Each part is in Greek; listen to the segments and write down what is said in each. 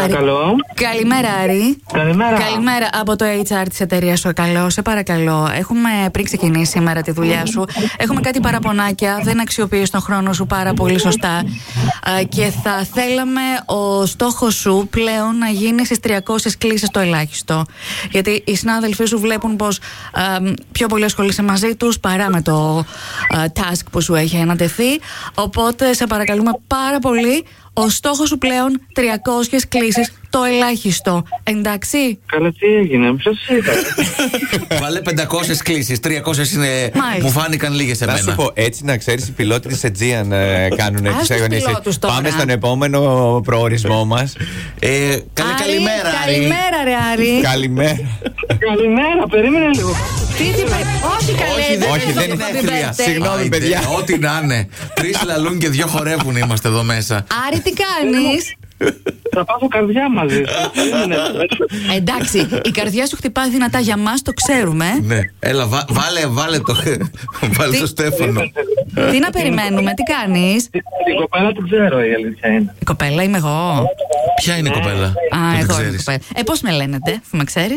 Παρακαλώ. Καλημέρα, Άρη. Καλημέρα. Καλημέρα από το HR της εταιρείας σου. Καλό, σε παρακαλώ. Έχουμε πριν ξεκινήσει σήμερα τη δουλειά σου. Έχουμε κάτι παραπονάκια. Δεν αξιοποιείς τον χρόνο σου πάρα πολύ σωστά. Α, Και θα θέλαμε ο στόχος σου πλέον να γίνει στις 300 κλήσεις το ελάχιστο. Γιατί οι συνάδελφοί σου βλέπουν πως πιο πολύ ασχολείσαι μαζί τους παρά με το α, task που σου έχει ανατεθεί. Οπότε σε παρακαλούμε πάρα πολύ ο στόχος σου πλέον 300 κλήσεις το ελάχιστο. Εντάξει. Καλά, τι έγινε, ποιος ήταν. Βάλε 500 κλήσει. 300 είναι. Μάλιστα. Μου φάνηκαν λίγες Να σου εμένα. πω, έτσι να ξέρεις, οι πιλότοι της Aegean ε, κάνουν Ας τι τους αγωνίε. πιλότους τώρα. Πάμε στον επόμενο προορισμό μας. Ε, καλή, Άρη, καλημέρα, Άρη. Καλημέρα, ρε Άρη. Καλημέρα. Καλημέρα, περίμενε λίγο. Τι είπε, Όχι, καλέ. Όχι, δεν, όχι, παίζω την είναι δεν είναι Happy γενέθλια. Birthday. Συγγνώμη, Άιντε, παιδιά. Ό,τι να είναι. Τρεις λαλούν και δύο χορεύουν είμαστε εδώ μέσα. Άρη, τι κάνεις. Θα πάθω καρδιά μαζί σου. Περίμενε. Εντάξει, η καρδιά σου χτυπά δυνατά για μας, το ξέρουμε. ναι. Έλα, βα- βάλε, βάλε το. βάλε το Στέφανο. τι να περιμένουμε, τι κάνεις. Την κοπέλα την ξέρω, η αλήθεια είναι. Η κοπέλα είμαι εγώ. Ποια είναι η κοπέλα. Α, που την εγώ είμαι η ξέρεις? κοπέλα. Ε, πώς με λένετε, αφού με ξέρεις.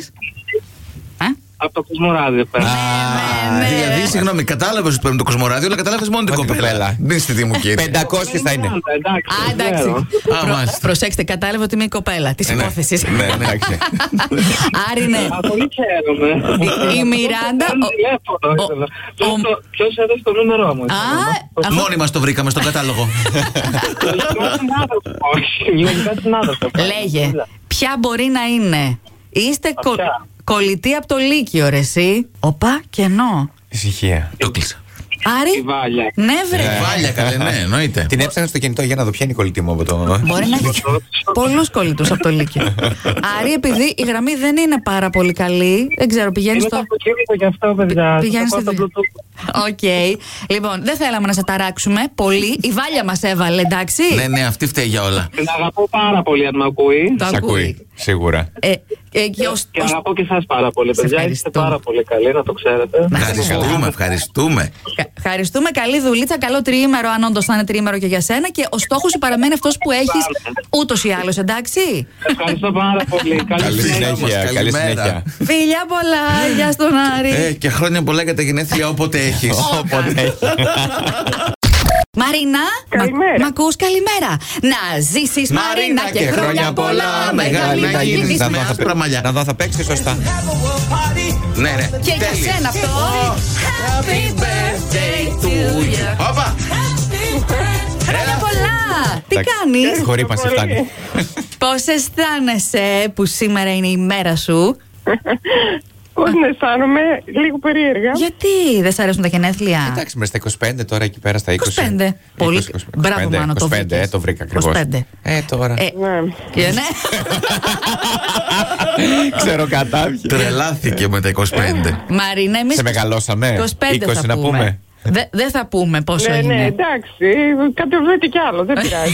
Α, Από το Κοσμοράδι πέρα. ναι, ναι. Δηλαδή, συγγνώμη, κατάλαβες ότι παίρνει το κοσμοράδιο, αλλά κατάλαβες μόνο την Μόνο την κοπέλα. κοπέλα. Ναι, στη τι μου, κύριε. 500 θα είναι. Εντάξει, Α, την εντάξει. ξέρω. Α, μάλιστα. προσέξτε, κατάλαβα ότι είμαι η κοπέλα της Ε, ναι. υπόθεσης. Ναι, ναι. Εντάξει. Άρη, ναι. Α, πολύ χαίρομαι. Η- η Μιράντα- Παίρνει τηλέφωνο, ο- ήθελα. ο- Ποιος το- Ποιος έδωσε το νούμερό μου. Α, αφού- Μόνοι μας το βρήκαμε στον κατάλογο. Λογικά συνάδελφο. Όχι, λογικά συνάδελφο. Λέγε, ποια μπορεί να είναι. Είστε Α, κο... ποια? κολλητοί από το Λύκειο, ρε εσύ. Οπα, κενό. Ησυχία. το κλείσα. Η Άρη, Βάλια. ναι βρε. Ε, Βάλια, καλέ, ναι, εννοείται. Την έψαχνα στο κινητό για να δω ποια είναι η κολλητή μου από το. Μπορεί να έχει πολλούς κολλητούς από το Λύκειο. Άρη, επειδή η γραμμή δεν είναι πάρα πολύ καλή, δεν ξέρω, πηγαίνεις Είναι το στο. αυτοκίνητο γι' αυτό, παιδιά. Πηγαίνεις Θα στη πάω στο δουλειά. Bluetooth. Οκ. Λοιπόν, δεν θέλαμε να σε ταράξουμε πολύ. Η Βάλια μας έβαλε, εντάξει. Ναι, ναι, αυτή φταίει για όλα. Την αγαπώ πάρα πολύ αν με ακούει. Το Σ' ακούει. Σίγουρα. Ε, ε, και ως- Και ως- αγαπώ και εσάς πάρα πολύ, Σε παιδιά. Είστε ευχαριστούμε. πάρα πολύ καλοί, να το ξέρετε. Ευχαριστούμε, ευχαριστούμε. Χα- Ευχαριστούμε. Καλή δουλίτσα. Καλό τριήμερο, αν όντως θα είναι τριήμερο και για σένα. Και ο στόχος σου παραμένει αυτός που έχεις ούτως ή άλλως, εντάξει. Ευχαριστώ πάρα πολύ. Καλή Καλημέρα συνέχεια. μας, συνέχεια. Καλή καλημέρα. συνέχεια. Φιλιά πολλά. Γεια στον Ε, Άρη. και χρόνια πολλά για τα γενέθλια όποτε έχεις. Όποτε έχεις. Μαρίνα, Καλημέρα. Μα, μ' ακούς? καλημέρα. Να ζήσεις Μαρίνα και, χρόνια πολλά. Μεγάλη να να γίνεις, γίνεις με άσπρα μαλλιά. Να δω, θα παίξεις σωστά. Ναι, ναι. Και για σένα αυτό. Happy birthday to you. Όπα! Χρόνια πολλά. Τι Εντάξει. κάνεις? Χωρίς μας φτάνει. Πώς αισθάνεσαι που σήμερα είναι η μέρα σου. Πώς να αισθάνομαι, λίγο περίεργα. Γιατί δεν σ' αρέσουν τα γενέθλια. Εντάξει, μες στα 25 τώρα εκεί πέρα στα 20. 25. Πολύ. 20, 25, Μπράβο, Μάνο, το 25, βρήκες. ε, το βρήκα ακριβώς. 25. Ε, τώρα. Ε, Ναι. και ναι. Ξέρω κατάπιε. Τρελάθηκε με τα 25. Μαρίνα, εμείς Σε μεγαλώσαμε. 25 20 θα να πούμε. πούμε. Δε- Δεν θα πούμε πόσο Ναι, ναι, είναι. εντάξει. Κατεβαίνει κι άλλο, Ε, δεν πειράζει.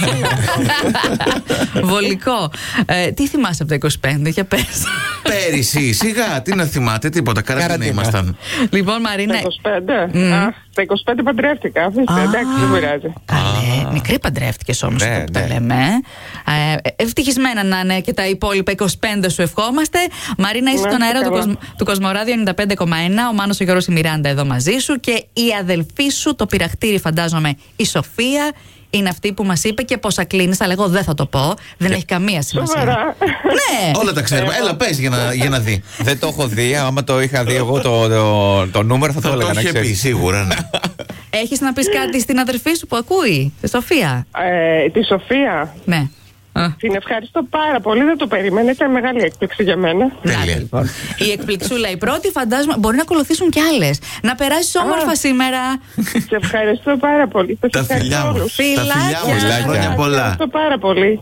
Βολικό. Ε, τι θυμάσαι από τα 25, για πες. Πέρυσι, σιγά, τι να θυμάται, τίποτα. Καραντίνα Καραντίνα. ήμασταν. λοιπόν, Μαρίνα. Τα 25. Α, τα 25 παντρεύτηκα. Αφήστε, Α. εντάξει, δεν πειράζει. Καλέ, μικρή παντρεύτηκες όμως Ναι, ναι, που τα ναι. λέμε. ε. Ε, ευτυχισμένα να είναι και τα υπόλοιπα 25 σου ευχόμαστε. Μαρίνα, είσαι Να στον είστε αέρα του, καλά. Κοσμ, του Κοσμοράδιο 95,1. Ο Μάνος ο Γιώργος η Μιράντα εδώ μαζί σου και η αδελφή σου, το πειραχτήρι, φαντάζομαι, η Σοφία. Είναι αυτή που μας είπε και πόσα κλείνεις, αλλά εγώ δεν θα το πω. Δεν έχει καμία σημασία. Σοβαρά. Ναι! Όλα τα ξέρουμε. Έλα, πες για να, για να δει. Δεν το έχω δει. Άμα το είχα δει εγώ το, το, το νούμερο θα το Θα το έλεγα να είχε πει, ξέρει. σίγουρα. ναι. Έχεις να πεις κάτι στην αδελφή σου που ακούει, στη Σοφία. Ε, Τη Σοφία. Ναι. Α, Την ευχαριστώ πάρα πολύ, δεν το περίμενα. Ήταν μεγάλη έκπληξη για μένα. Τέλεια. Η εκπληξούλα η πρώτη, φαντάζομαι. Μπορεί να ακολουθήσουν κι άλλες. Να περάσεις όμορφα σήμερα. Σε ευχαριστώ πάρα πολύ. Σας Τα ευχαριστώ φιλιά μου. όλους. Τα φιλιά Φιλάκια. μου. Χρόνια πολλά. Ευχαριστώ πάρα πολύ.